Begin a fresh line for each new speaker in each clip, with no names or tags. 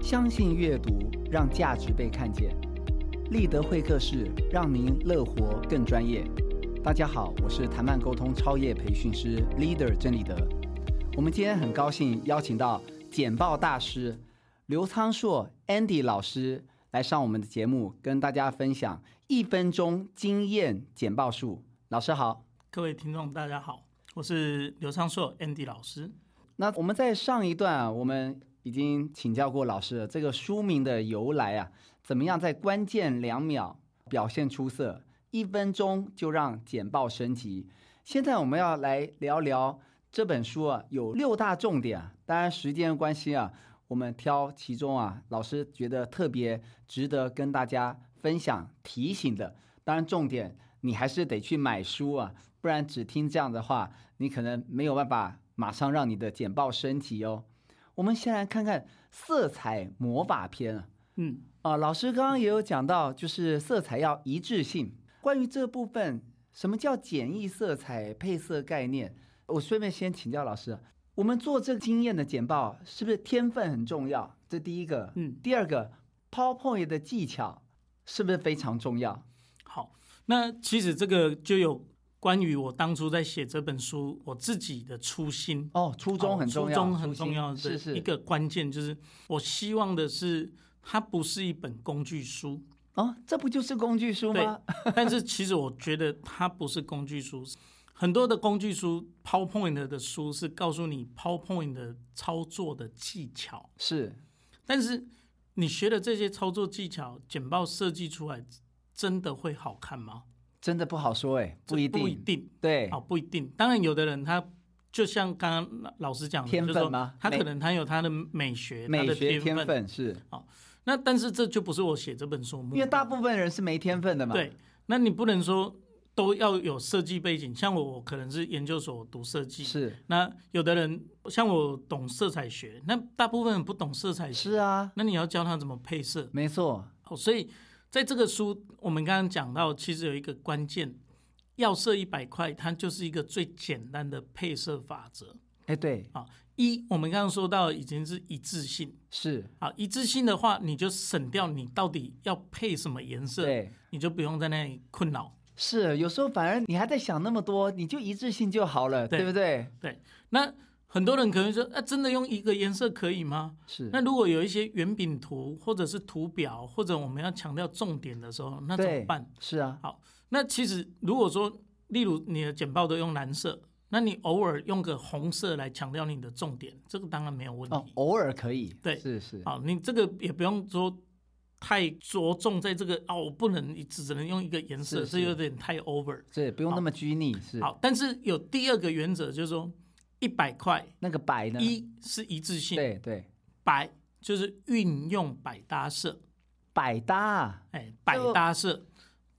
相信阅读，让价值被看见。立德会客室让您乐活更专业。大家好，我是谈判沟通超业培训师 Leader 郑立德。我们今天很高兴邀请到简报大师刘仓硕 Andy 老师来上我们的节目，跟大家分享一分钟经验简报术。老师好，
各位听众大家好，我是刘昌硕 Andy 老师。
那我们在上一段啊，我们已经请教过老师了，这个书名的由来啊，怎么样在关键两秒表现出色，一分钟就让简报升级。现在我们要来聊聊这本书啊，有六大重点啊，当然时间关系啊，我们挑其中啊，老师觉得特别值得跟大家分享提醒的。当然，重点你还是得去买书啊，不然只听这样的话，你可能没有办法马上让你的简报升级哦。我们先来看看《色彩魔法篇》啊，
嗯，
啊，老师刚刚也有讲到，就是色彩要一致性。关于这部分，什么叫简易色彩配色概念？我顺便先请教老师，啊我们做这经验的简报，是不是天分很重要？这第一个，
嗯
第二个，PowerPoint 的技巧是不是非常重要？
好，那其实这个就有关于我当初在写这本书我自己的初心，
哦，初衷很重要，
初衷很重要
初心
的
是
一
是
个关键就是，我希望的是它不是一本工具书，
哦，这不就是工具书吗？
但是其实我觉得它不是工具书，很多的工具书 PowerPoint 的书是告诉你 PowerPoint 的操作的技巧，
是
但是你学的这些操作技巧，简报设计出来真的会好看吗？
真的不好说哎，不一
这不一哦
定，哎
定，
对
好、，不一定。当然，有的人他就像刚刚老师讲的，
天
就是
分
说
吗
他
美
可能他有他的美学，
美
他的
学
天嗯
天分是，
那但是这就不是我写这本书的目的，
因为大部分人是没天分的嘛，
对，那你不能说都要有设计背景。像我，我可能是研究所读设计，
是
那有的人像我懂色彩学，那大部分人不懂色彩学，
是啊，
那你要教他怎么配色。
没错，
好，哦所以在这个书，我们刚刚讲到，其实有一个关键，要设一百块，它就是一个最简单的配色法则。
哎对，
啊，一我们刚刚说到已经是一致性
是，
啊，一致性的话，你就省掉你到底要配什么颜色，
对。
你就不用在那里困扰。
是，有时候反而你还在想那么多，你就一致性就好了，
对
对不对？
那很多人可能说，啊，真的用一个颜色可以吗？
是，
那如果有一些圆饼图或者是图表，或者我们要强调重点的时候，那怎
对
么办？
是啊，
那其实如果说，例如你的简报都用蓝色，那你偶尔用个红色来强调你的重点，这个当然没有问
哦
题，。
偶尔可以，
嗯对
是是，
好，你这个也不用说太着重在这个哦，我不能只只能用一个颜色，
是是
这有点太 over。
是不用那么拘泥，是
好，但是有第二个原则就是说，一百块
那个白呢？
一是一致性，
对对，
百就是运用百搭色，
百搭啊，
哎，百
就
搭色。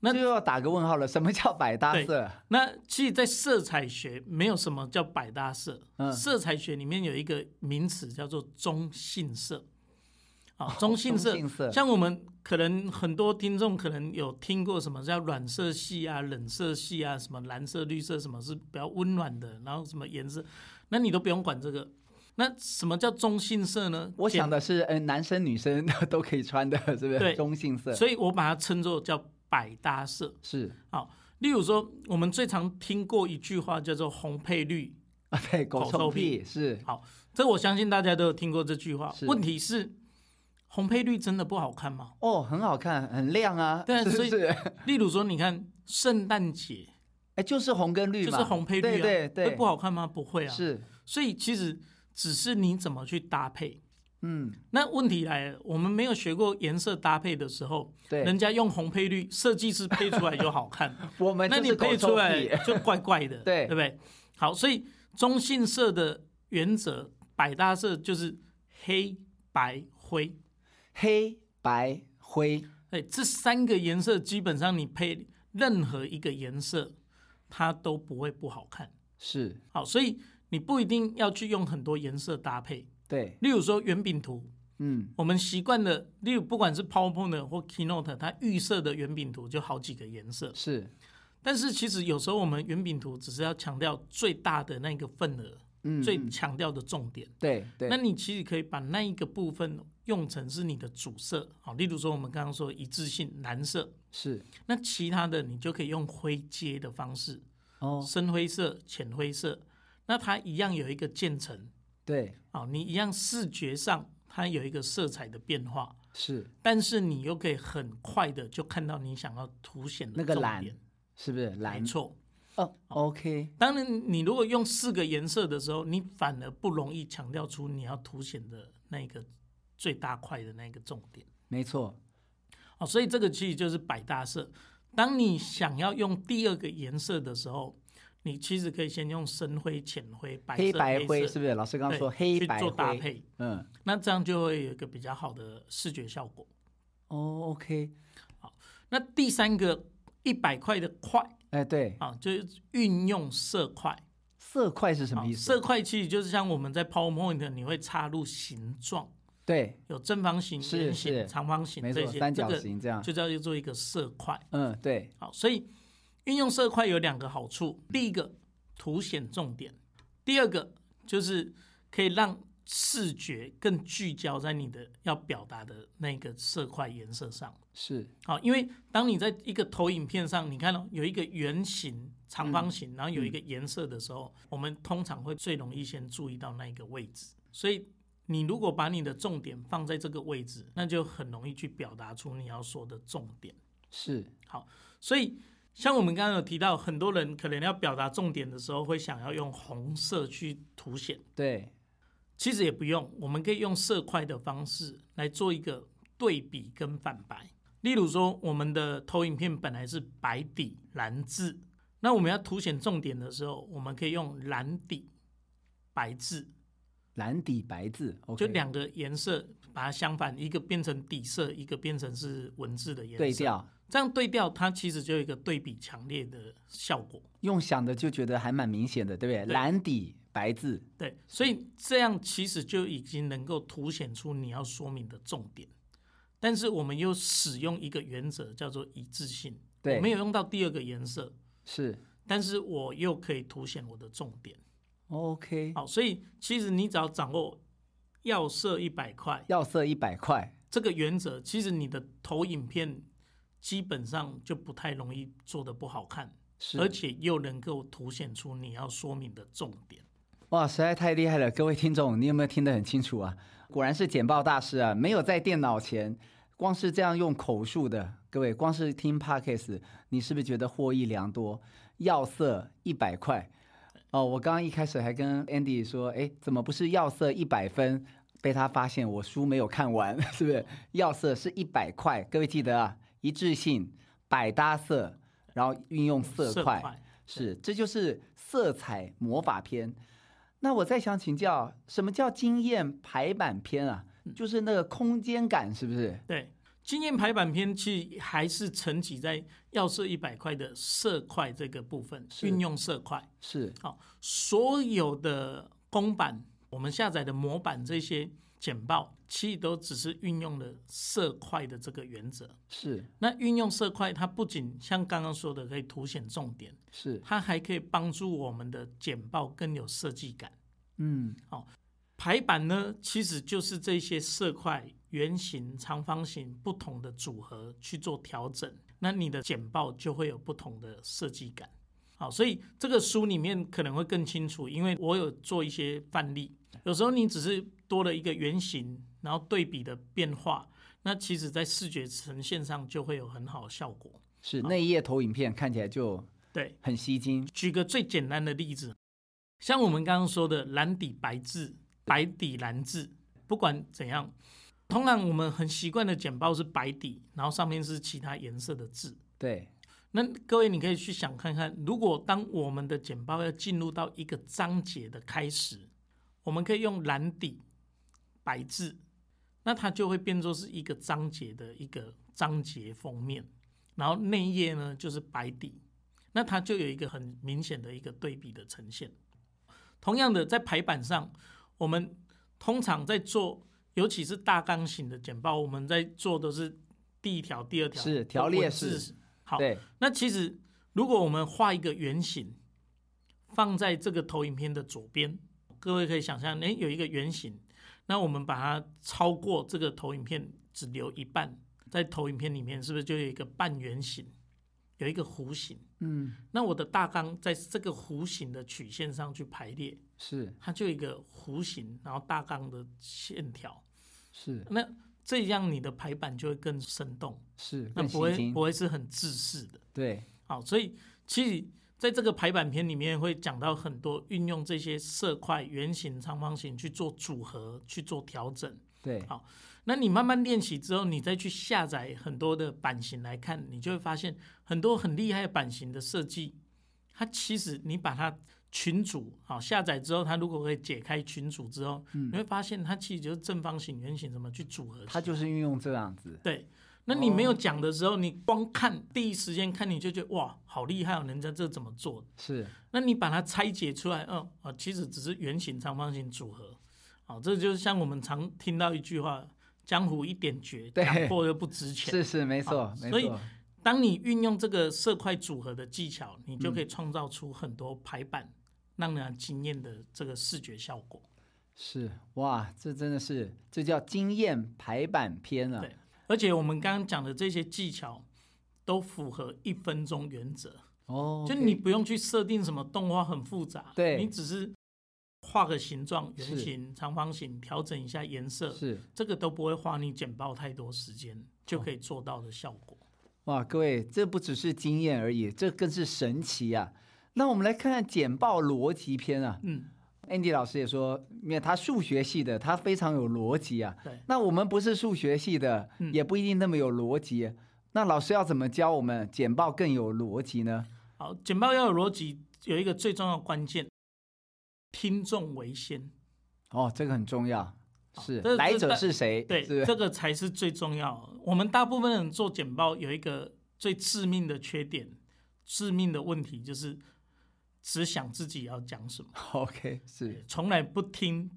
那
就要打个问号了。什么叫百搭
对
色？
那其实，在色彩学没有什么叫百搭色，
嗯
色彩学里面有一个名词叫做中性色。啊，中性色，
哦性色
像我们可能很多听众可能有听过什么叫暖色系啊、冷色系啊，什么蓝色、绿色，什么是比较温暖的，然后什么颜色，那你都不用管这个。那什么叫中性色呢？
我
简
想的是，嗯，男生女生 都可以穿的，是不是？
对
中性色
所以我把它称作叫百搭色。
是
例如说，我们最常听过一句话叫做“红配绿”，
啊，对，狗
狗
臭
臭
屁是
这我相信大家都有听过这句话
是。
问题是，红配绿真的不好看吗？
哦，很好看，很亮啊，
对
是不
所以
是？
例如说，你看圣诞节
哎，就是红跟绿
就
嘛，
是红配绿啊，
对对
会
对，
不好看吗？不会啊。
是，
所以其实只是你怎么去搭配。
嗯，
那问题来了，我们没有学过颜色搭配的时候，
对，
人家用红配绿，设计师配出来就好 看，
我们
那
就
你
是狗
配
臭
出来
屁，
就怪怪的，
对
对不对？好，所以中性色的原则，百搭色就是黑白灰。
黑白灰，
哎，这三个颜色基本上你配任何一个颜色，它都不会不好看。
是
好，所以你不一定要去用很多颜色搭配。
对，
例如说圆饼图，
嗯，
我们习惯的，例如不管是 PowerPoint 或 Keynote，它预设的圆饼图就好几个颜色。
是，
但是其实有时候我们圆饼图只是要强调最大的那个份额，
嗯
最
嗯
强调的重点。
对对，
那你其实可以把那一个部分用成是你的主色，好，例如说我们刚刚说一致性蓝色，
是
那其他的你就可以用灰阶的方式，
哦，
深灰色、浅灰色，那它一样有一个渐层，
对
好，你一样视觉上它有一个色彩的变化，
是
但是你又可以很快的就看到你想要凸显的
那个
重
蓝
点
是不是蓝
没？错。
哦，OK，
当然，你如果用四个颜色的时候，你反而不容易强调出你要凸显的那个最大块的那个重点
没错，
哦。所以这个其实就是百搭色。当你想要用第二个颜色的时候，你其实可以先用深灰、浅灰、白色、
黑白灰
黑色
是不是？老师刚刚
对
说黑白
去做搭
灰，
配，
嗯，
那这样就会有一个比较好的视觉效果。
哦，OK，
那第三个一百块的块
哎，对，
啊，就是运用色块。
色块是什么
好
意思？
啊色块其实就是像我们在 PowerPoint 你会插入形状，
对，
有正方形、
是是
圆形、长方形
没
这
错，
些，
三角
这
形这样
个，就叫做一个色块。
嗯，对，
好，所以运用色块有两个好处：第一个凸显重点，第二个就是可以让视觉更聚焦在你的要表达的那个色块颜色上。
是
好，因为当你在一个投影片上，你看到、有一个圆形、长方形，然后有一个颜色的时候，我们通常会最容易先注意到那一个位置。所以你如果把你的重点放在这个位置，那就很容易去表达出你要说的重点。
是，
所以像我们刚刚有提到，很多人可能要表达重点的时候，会想要用红色去凸显，
对，
其实也不用，我们可以用色块的方式来做一个对比跟反白。例如说，我们的投影片本来是白底蓝字，那我们要凸显重点的时候，我们可以用蓝底白字，
蓝底白字，OK，
就两个颜色把它相反，一个变成底色，一个变成是文字的颜色，
对调，
这样对调，它其实就有一个对比强烈的效果。
用想的就觉得还蛮明显的，对不对？
对
蓝底白字，
对，所以这样其实就已经能够凸显出你要说明的重点。但是我们又使用一个原则叫做一致性，
对
我没有用到第二个颜色，
是
但是我又可以凸显我的重点。哦
OK，
好，所以其实你只要掌握要设一百块
要色一百块，
这个原则，其实你的投影片基本上就不太容易做的不好看，
是
而且又能够凸显出你要说明的重点。
哇，实在太厉害了！各位听众，你有没有听得很清楚啊？果然是简报大师啊！没有在电脑前，光是这样用口述的，各位光是听 podcast，你是不是觉得获益良多？要色一百块哦！我刚刚一开始还跟 Andy 说，哎，怎么不是要色一百分？被他发现我书没有看完， 是不是？要色是一百块，各位记得啊，一致性、百搭色，然后运用色块。是，这就是色彩魔法篇。那我再想请教，什么叫经验排版篇啊？
嗯
就是那个空间感，是不是？
对，经验排版篇其实还是沉积在要设一百块的色块这个部分，
是
运用色块。
是
好，所有的公版、我们下载的模板这些简报，其实都只是运用了色块的这个原则。
是
那运用色块，它不仅像刚刚说的可以凸显重点，
是，
它还可以帮助我们的简报更有设计感。
嗯，
排版呢，其实就是这些色块、圆形、长方形不同的组合去做调整，那你的简报就会有不同的设计感。好，所以这个书里面可能会更清楚，因为我有做一些范例。有时候你只是多了一个圆形，然后对比的变化，那其实在视觉呈现上就会有很好的效果。
是那一页投影片看起来就
对，
很吸睛，
举个最简单的例子，像我们刚刚说的蓝底白字、白底蓝字，不管怎样，通常我们很习惯的简报是白底，然后上面是其他颜色的字。
对，
那各位，你可以去想看看，如果当我们的简报要进入到一个章节的开始，我们可以用蓝底白字，那它就会变作是一个章节的一个章节封面，然后内页呢就是白底，那它就有一个很明显的一个对比的呈现。同样的，在排版上，我们通常在做，尤其是大纲型的简报，我们在做都是第一条、第二条
是条列
文字
式
好，
对，
那其实如果我们画一个圆形，放在这个投影片的左边，各位可以想象，哎，有一个圆形，那我们把它超过这个投影片，只留一半，在投影片里面是不是就有一个半圆形，有一个弧形？
嗯，
那我的大纲在这个弧形的曲线上去排列，
是
它就有一个弧形，然后大纲的线条，
是
那这样你的排版就会更生动，
是，
那
更
不
吸
会
睛
不。会是很自私的。
对，
好，所以其实在这个排版篇里面会讲到很多运用这些色块、圆形、长方形去做组合、去做调整。
对，
好那你慢慢练习之后，你再去下载很多的版型来看，你就会发现很多很厉害的版型的设计，它其实你把它群组好下载之后，它如果可以解开群组之后，你会发现它其实就是正方形、圆形怎么去组合起来。
它就是运用这样子。
对，那你没有讲的时候，你光看第一时间看，你就觉得哇，好厉害哦，人家这怎么做的？
是
那你把它拆解出来，嗯，啊，其实只是圆形、长方形组合，哦，这就是像我们常听到一句话：“江湖一点绝，
对
打破又不值钱。”
是是，没错
好
没
所以
错，
当你运用这个色块组合的技巧，你
嗯
就可以创造出很多排版让人惊艳的这个视觉效果。
是哇，这真的是这叫经验排版篇啊
对！而且我们刚刚讲的这些技巧，都符合一分钟原则。
哦，
就
OK
你不用去设定什么动画很复杂，
对
你只是画个形状，
是
圆形、长方形，调整一下颜色，
是
这个都不会花你剪报太多时间就可以做到的效果。
哦哇，各位，这不只是经验而已，这更是神奇啊！那我们来看看简报逻辑篇啊
嗯，
，Andy 老师也说，因为他数学系的，他非常有逻辑啊。
对，
那我们不是数学系的，
嗯
也不一定那么有逻辑。那老师要怎么教我们简报更有逻辑呢？
好，剪报要有逻辑，有一个最重要的关键，听众为先，
哦，这个很重要，是
这
来
这
者
大
是谁？
对，
是
这个才是最重要的。我们大部分人做简报有一个最致命的缺点，致命的问题就是只想自己要讲什么。
OK，是
从来不听，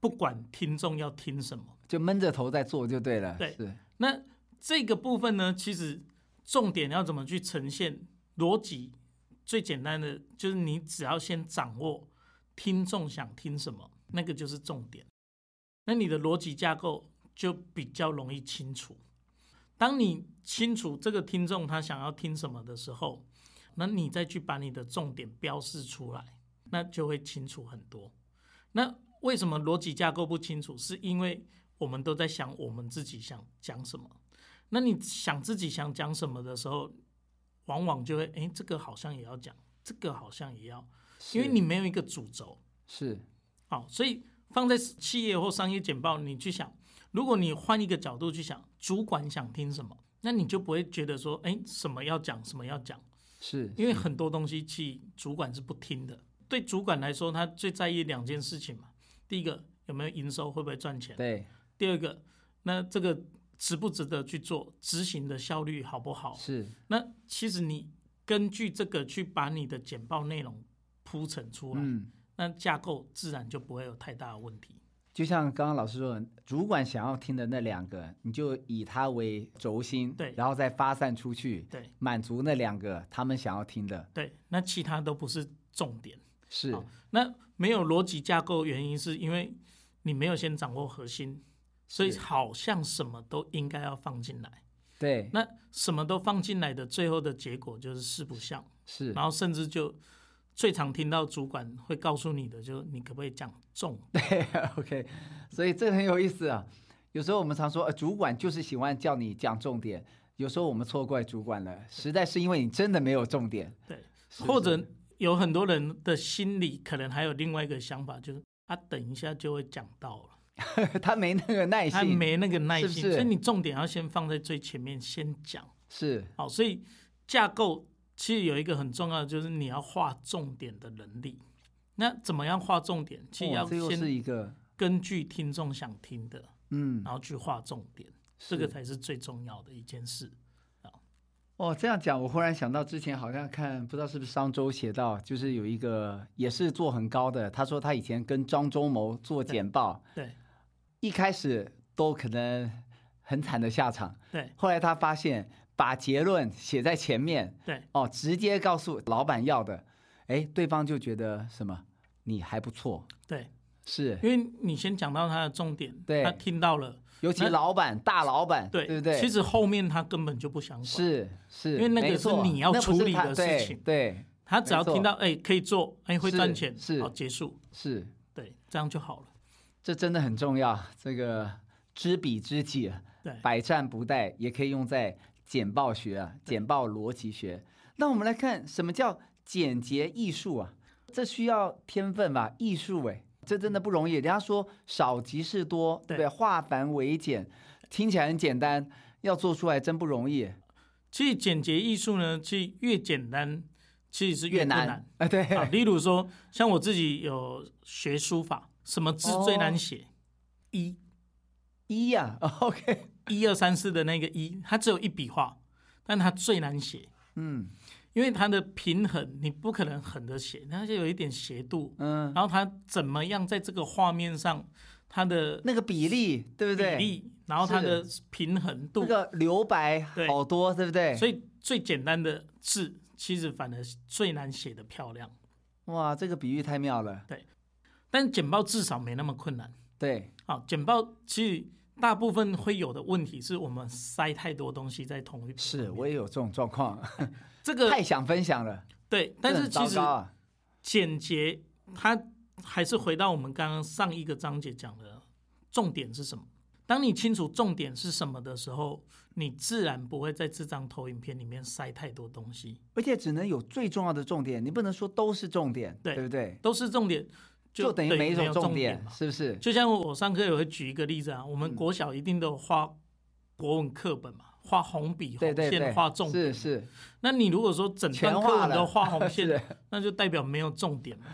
不管听众要听什么。
就闷着头在做就对了。
对
是
那这个部分呢，其实重点要怎么去呈现逻辑？最简单的就是你只要先掌握听众想听什么，那个就是重点。那你的逻辑架构就比较容易清楚。当你清楚这个听众他想要听什么的时候，那你再去把你的重点标示出来，那就会清楚很多。那为什么逻辑架构不清楚？是因为我们都在想我们自己想讲什么。那你想自己想讲什么的时候，往往就会诶，这个好像也要讲，这个好像也要，因为
是
你没有一个主轴。
是
好，所以放在企业或商业简报，你去想，如果你换一个角度去想，主管想听什么，那你就不会觉得说，诶，什么要讲，什么要讲。
是
因为很多东西其实主管是不听的。对主管来说，他最在意两件事情嘛，第一个有没有营收，会不会赚钱；
对
第二个，那这个值不值得去做，执行的效率好不好。
是
那其实你根据这个去把你的简报内容铺陈出来，
嗯，
那架构自然就不会有太大的问题。
就像刚刚老师说的，主管想要听的那两个，你就以它为轴心，
对
然后再发散出去，
对
满足那两个他们想要听的。
对，那其他都不是重点。
是
好那没有逻辑架构，原因是因为你没有先掌握核心，所以
是
好像什么都应该要放进来。
对，
那什么都放进来的最后的结果就是四不像，
是
然后甚至就最常听到主管会告诉你的，就是你可不可以讲重？
对 ，OK，所以这个很有意思啊。有时候我们常说，呃，主管就是喜欢叫你讲重点。有时候我们错怪主管了，实在是因为你真的没有重点，
对，
是
或者有很多人的心里可能还有另外一个想法，就是他、等一下就会讲到了，
是他没那个耐
他
心，
没那个耐心，
是不是
所以你重点要先放在最前面，先讲。
是
好，所以架构其实有一个很重要的，就是你要画重点的能力。那怎么样画重点？其实
哇
要
哦这又是
先
一个，
根据听众想听的，
嗯，
然后去画重点，
是
这个才是最重要的一件事。
哦，这样讲，我忽然想到之前好像看，不知道是不是商周写到，就是有一个也是做很高的，他说他以前跟张忠谋做简报，
对
一开始都可能很惨的下场，
对
后来他发现把结论写在前面，
对
哦，直接告诉老板要的，哎，对方就觉得什么你还不错，
对
是，
因为你先讲到他的重点，
对
他听到了，
尤其
那
老板、大老板，
对
对不对？
其实后面他根本就不想管，
是是，
因为那个
没错
是你要
那不
处
是
理
他
的事
对
情
对，
他只要
没错
听到哎、可以做，哎、会
是
赚钱，
是
好结束，
是，
对，这样就好了，
这真的很重要。这个知彼知己，啊
对，
百战不殆，也可以用在简报学啊、简报逻辑学。那我们来看什么叫简洁艺术啊？这需要天分吧？艺术哎、这真的不容易。人家说少即是多，对不对？化繁为简，听起来很简单，要做出来真不容易，
其实简洁艺术呢，其实越简单其实是
越
困难。
难。哎，对，
啊，例如说，像我自己有学书法，什么字最难
哦
写？一
一呀、OK，
一二三四的那个一，它只有一笔画，但它最难写，
嗯
因为它的平衡你不可能横着写，它就有一点斜度。
嗯，
然后它怎么样在这个画面上，它的
那个比例对不
比
对？
例，然后它的平衡
那
度，
个留白
对
好多，对不对？
所以最简单的字其实反而最难写的漂亮。
哇，这个比喻太妙了。
但简报至少没那么困难。
对，
好，简报其实大部分会有的问题是我们塞太多东西在同一篇
是
里面
我也有这种状况，
这个
太想分享了。
对，呃但是
这很糟
其实
糕啊
简洁它还是回到我们刚刚上一个章节讲的重点是什么。当你清楚重点是什么的时候，你自然不会在这张投影片里面塞太多东西，
而且只能有最重要的重点，你不能说都是重点，
对
不对？
都是重点，
就等于
对
没
有
种
重
点，嗯
嘛。
是不是？
就像我上课也会举一个例子啊，我们国小一定都有画国文课本嘛，画红笔、
对
红
对
线、
对，
画重点
是。是，
那你如果说整段
全
课
画
文
了
都画红线，
是
那就代表没有重点嘛。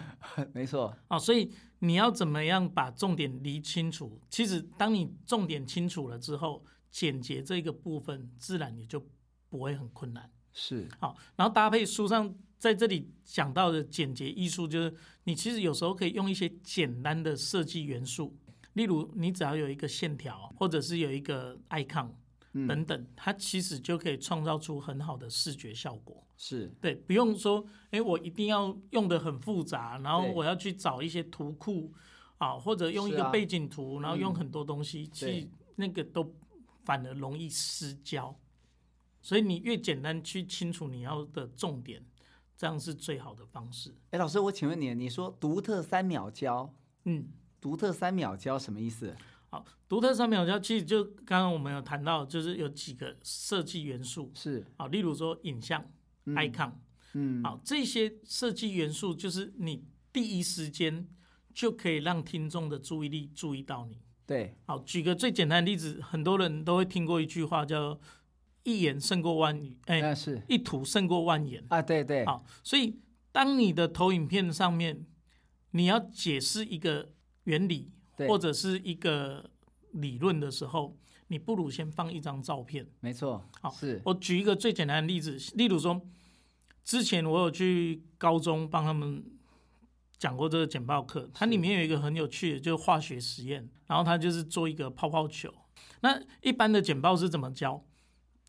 没错，
啊，所以你要怎么样把重点理清楚？其实当你重点清楚了之后，简洁这个部分自然也就不会很困难。
是
好，然后搭配书上在这里讲到的简洁艺术，就是你其实有时候可以用一些简单的设计元素，例如你只要有一个线条，或者是有一个 icon 等等，它其实就可以创造出很好的视觉效果。
是，
对，不用说，哎，我一定要用的很复杂，然后
对
我要去找一些图库啊，或者用一
是
个
啊
背景图，然后用很多东西，
对
其实那个都反而容易失焦。所以你越简单去清楚你要的重点，这样是最好的方式。
哎，老师，我请问你，你说独特三秒教，
嗯，
独特三秒教什么意思？
好，独特三秒焦其实就刚刚我们有谈到，就是有几个设计元素
是，
啊，例如说影像、icon，
嗯，
好，这些设计元素就是你第一时间就可以让听众的注意力注意到你。
对，
好，举个最简单的例子，很多人都会听过一句话叫“一言胜过万语”，哎、
那是
一图胜过万言。
啊，对对，
好，所以当你的投影片上面，你要解释一个原理
对
或者是一个理论的时候，你不如先放一张照片。
没错
好，
是，
我举一个最简单的例子，例如说，之前我有去高中帮他们讲过这个简报课，它里面有一个很有趣的，就是化学实验，然后它就是做一个泡泡球。那一般的简报是怎么教？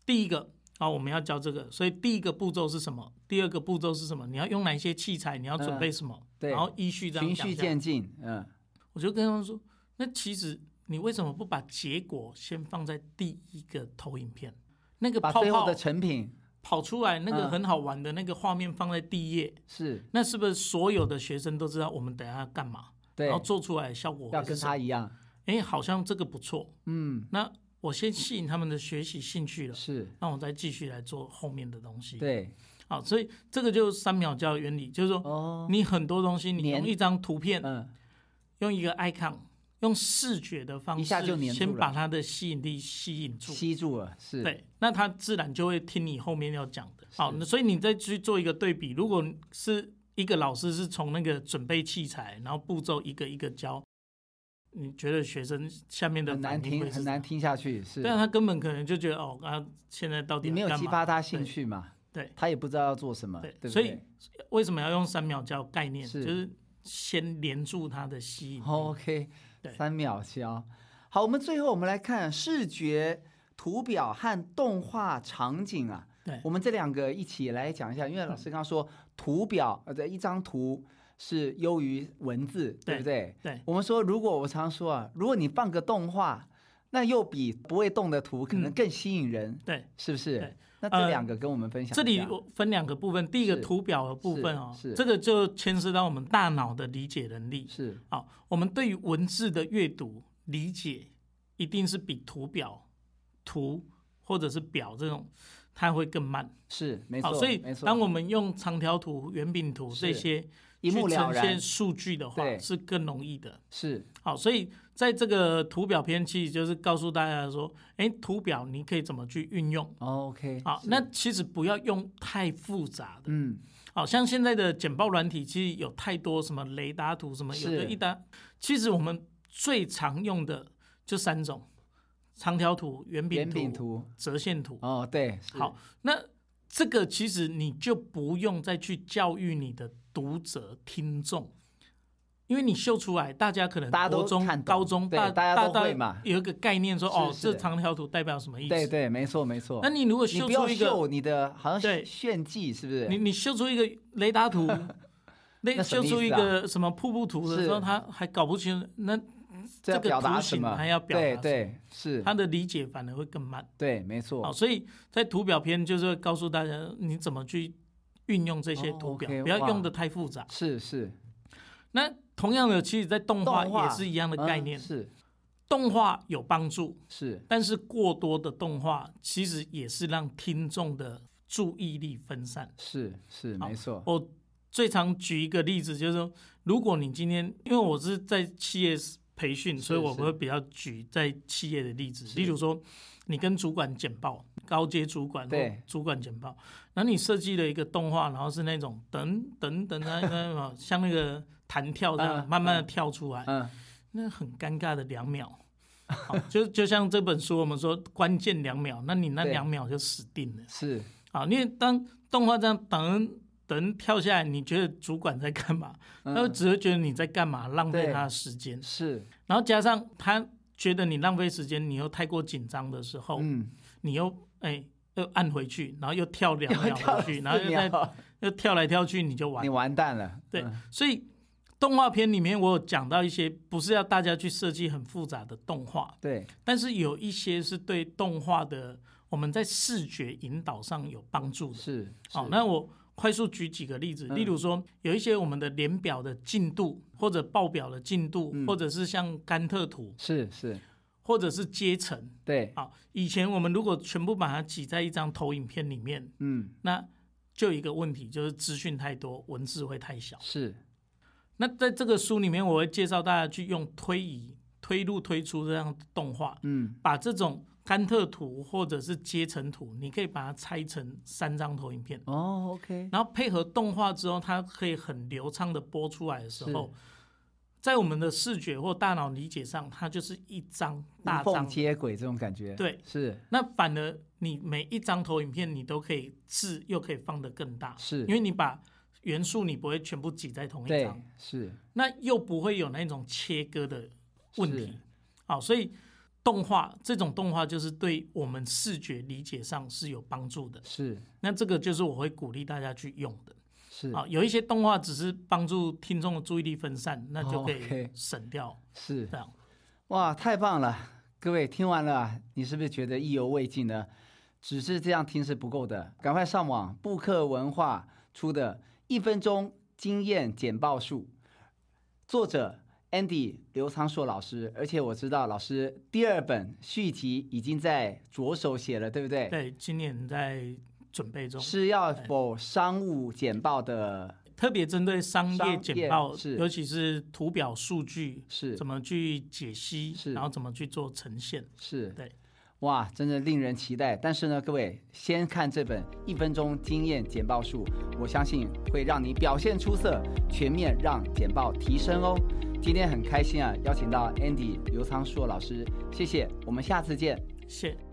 第一个啊，我们要教这个，所以第一个步骤是什么？第二个步骤是什么？你要用哪一些器材？你要准备什么？
嗯对
然后依序这样
循
讲
序
下来
渐进，嗯，
我就跟他们说，那其实你为什么不把结果先放在第一个投影片？那个
把
泡
最后
泡
的成品
跑出来那个
嗯
很好玩的那个画面放在第一页，
是
那是不是所有的学生都知道我们等一下要干嘛？
对
然后，做出来的效果
要
会是
跟
什么？
他一样，
哎，好像这个不错。
嗯，
那我先吸引他们的学习兴趣了，
是
那我再继续来做后面的东西。，
对，
好，所以这个就是三秒教原理，就是说
哦，
你很多东西，你
粘
用一张图片，
嗯，
用一个 icon，用视觉的方
一下就粘
式，
住
先
了
把它的吸引力吸引住。
吸住了，是，
对，那他自然就会听你后面要讲的。好，那所以你再去做一个对比，如果是一个老师是从那个准备器材，然后步骤一个一个教，你觉得学生下面的
很难
反
听，
应会是
很
什
难
么，
听下去，是。
对啊，他根本可能就觉得哦，啊，现在到底
你没
要
有
干
激
嘛
发他兴趣嘛？
对
他也不知道要做什么，
对
不
所
对
以为什么要用三秒教概念？
是
就是先连住他的吸引力。
？OK，
对
三秒消。好，我们最后我们来看视觉图表和动画场景啊，
对
我们这两个一起来讲一下，因为老师刚刚说图表呃，对，一张图。是优于文字，对不对？
对
我们说，如果我常说啊，如果你放个动画，那又比不会动的图可能更吸引人，
对，
是不是
嗯对？
那这
呃
两个跟我们分享一下、
这里我分两个部分，第一个
是
图表的部分哦
是是，
这个就牵涉到我们大脑的理解能力。
是
好，我们对于文字的阅读理解，一定是比图表、图或者是表这种，它会更慢。
是没
好，
错，
所以
没错，
当我们用长条图、圆饼图
是
这些
一
去
目了
呈
然
现数据的话，
对
是更容易的。
是
好，所以在这个图表篇，其实就是告诉大家说，哎，图表你可以怎么去运用。
哦 OK
好，
是
那其实不要用太复杂的，
嗯
好像现在的简报软体其实有太多什么雷达图什么，有的
是
一搭。其实我们最常用的就三种：长条图、圆饼
圆
图、
饼图
折线图。
哦对是
好，那这个其实你就不用再去教育你的读者、听众，因为你秀出来，大家可能
大家都
国中
看、懂
高中
对
大
大家都会嘛
有一个概念说
是
哦，
是
这长条图代表什么意思？
对对没错没错
那，你如果
你
秀
不要
出一个
秀你的好像
对
炫技是不
你
是？
你修出一个雷达 图，那
那什
修
么意思啊
出一个什么瀑布图的时候，
是
他还搞不清楚，那
这要
这个
表达
图
什
形
么？
还要表达
对
什么
对是
他，的理解反而会更慢。
对没
好，
错，
所以在图表篇就是会告诉大家你怎么去运用这些
哦
图表，
OK，
不要
哇
用的太复杂。
是是
那同样的，其实，在动画
动画
也是一样的概
嗯
念，
是嗯
动画有帮助，
是
但是过多的动画其实也是让听众的注意力分散。
是是没错，
我最常举一个例子，就是说，如果你今天，因为我是在企业培训，
是
所以我
是
会比较举在企业的例子。例如说，你跟主管简报，高阶主管或
对
主管简报，然后你设计了一个动画，然后是那种等等等啊，那个 像那个弹跳这样
嗯
慢慢的跳出来，
嗯
那很尴尬的两秒。好就就像这本书，我们说关键两秒，那你那
对
两秒就死定了。
是
啊，因为当动画这样等等跳下来，你觉得主管在干嘛？他会
嗯
只会觉得你在干嘛，浪费
对
他的时间。
是
然后加上他觉得你浪费时间，你又太过紧张的时候，
嗯
你又哎又按回去，然后又跳两
又
秒
跳
回
了
去，
四
然后又再
秒
又跳来跳去，你就完
你。完蛋了，
对，
嗯
所以动画片里面我有讲到一些不是要大家去设计很复杂的动画，
对
但是有一些是对动画的我们在视觉引导上有帮助的。
是
好、
是
哦那我快速举几个例子，
嗯
例如说有一些我们的联表的进度，或者报表的进度，
嗯
或者是像甘特图，
是是
或者是阶层。
对
好、以前我们如果全部把它挤在一张投影片里面，
嗯
那就有一个问题，就是资讯太多，文字会太小。
是
那在这个书里面，我会介绍大家去用推移、推入、推出这样的动画，
嗯
把这种甘特图或者是阶层图，你可以把它拆成三张投影片。
哦 OK
然后配合动画之后，它可以很流畅的播出来的时候，在我们的视觉或大脑理解上，它就是一张大
无缝
张。
接轨这种感觉，
对，
是
那反而你每一张投影片，你都可以字又可以放得更大，
是
因为你把元素你不会全部挤在同一
对
张，
是
那又不会有那种切割的问
是
题。好，所以动画这种动画就是对我们视觉理解上是有帮助的。
是
那这个就是我会鼓励大家去用的。
是
好，有一些动画只是帮助听众的注意力分散，那就可
哦
以
，OK
省掉
是
这样。
哇，太棒了！各位听完了，啊你是不是觉得意犹未尽呢？只是这样听是不够的，赶快上网布克文化出的《一分钟经验简报术》，作者 Andy 刘昌硕老师，而且我知道老师第二本续集已经在着手写了，对不对？
对，今年在准备中，
是要否商务简报的？
特别针对商
商
业
业
简报，
是
尤其是图表数据
是
怎么去解析
是，
然后怎么去做呈现。
是，
对，
哇，真的令人期待。但是呢，各位先看这本《一分钟经验简报术》，我相信会让你表现出色，全面让简报提升哦。今天很开心啊，邀请到 Andy 刘仓硕老师，谢谢，我们下次见。
谢谢。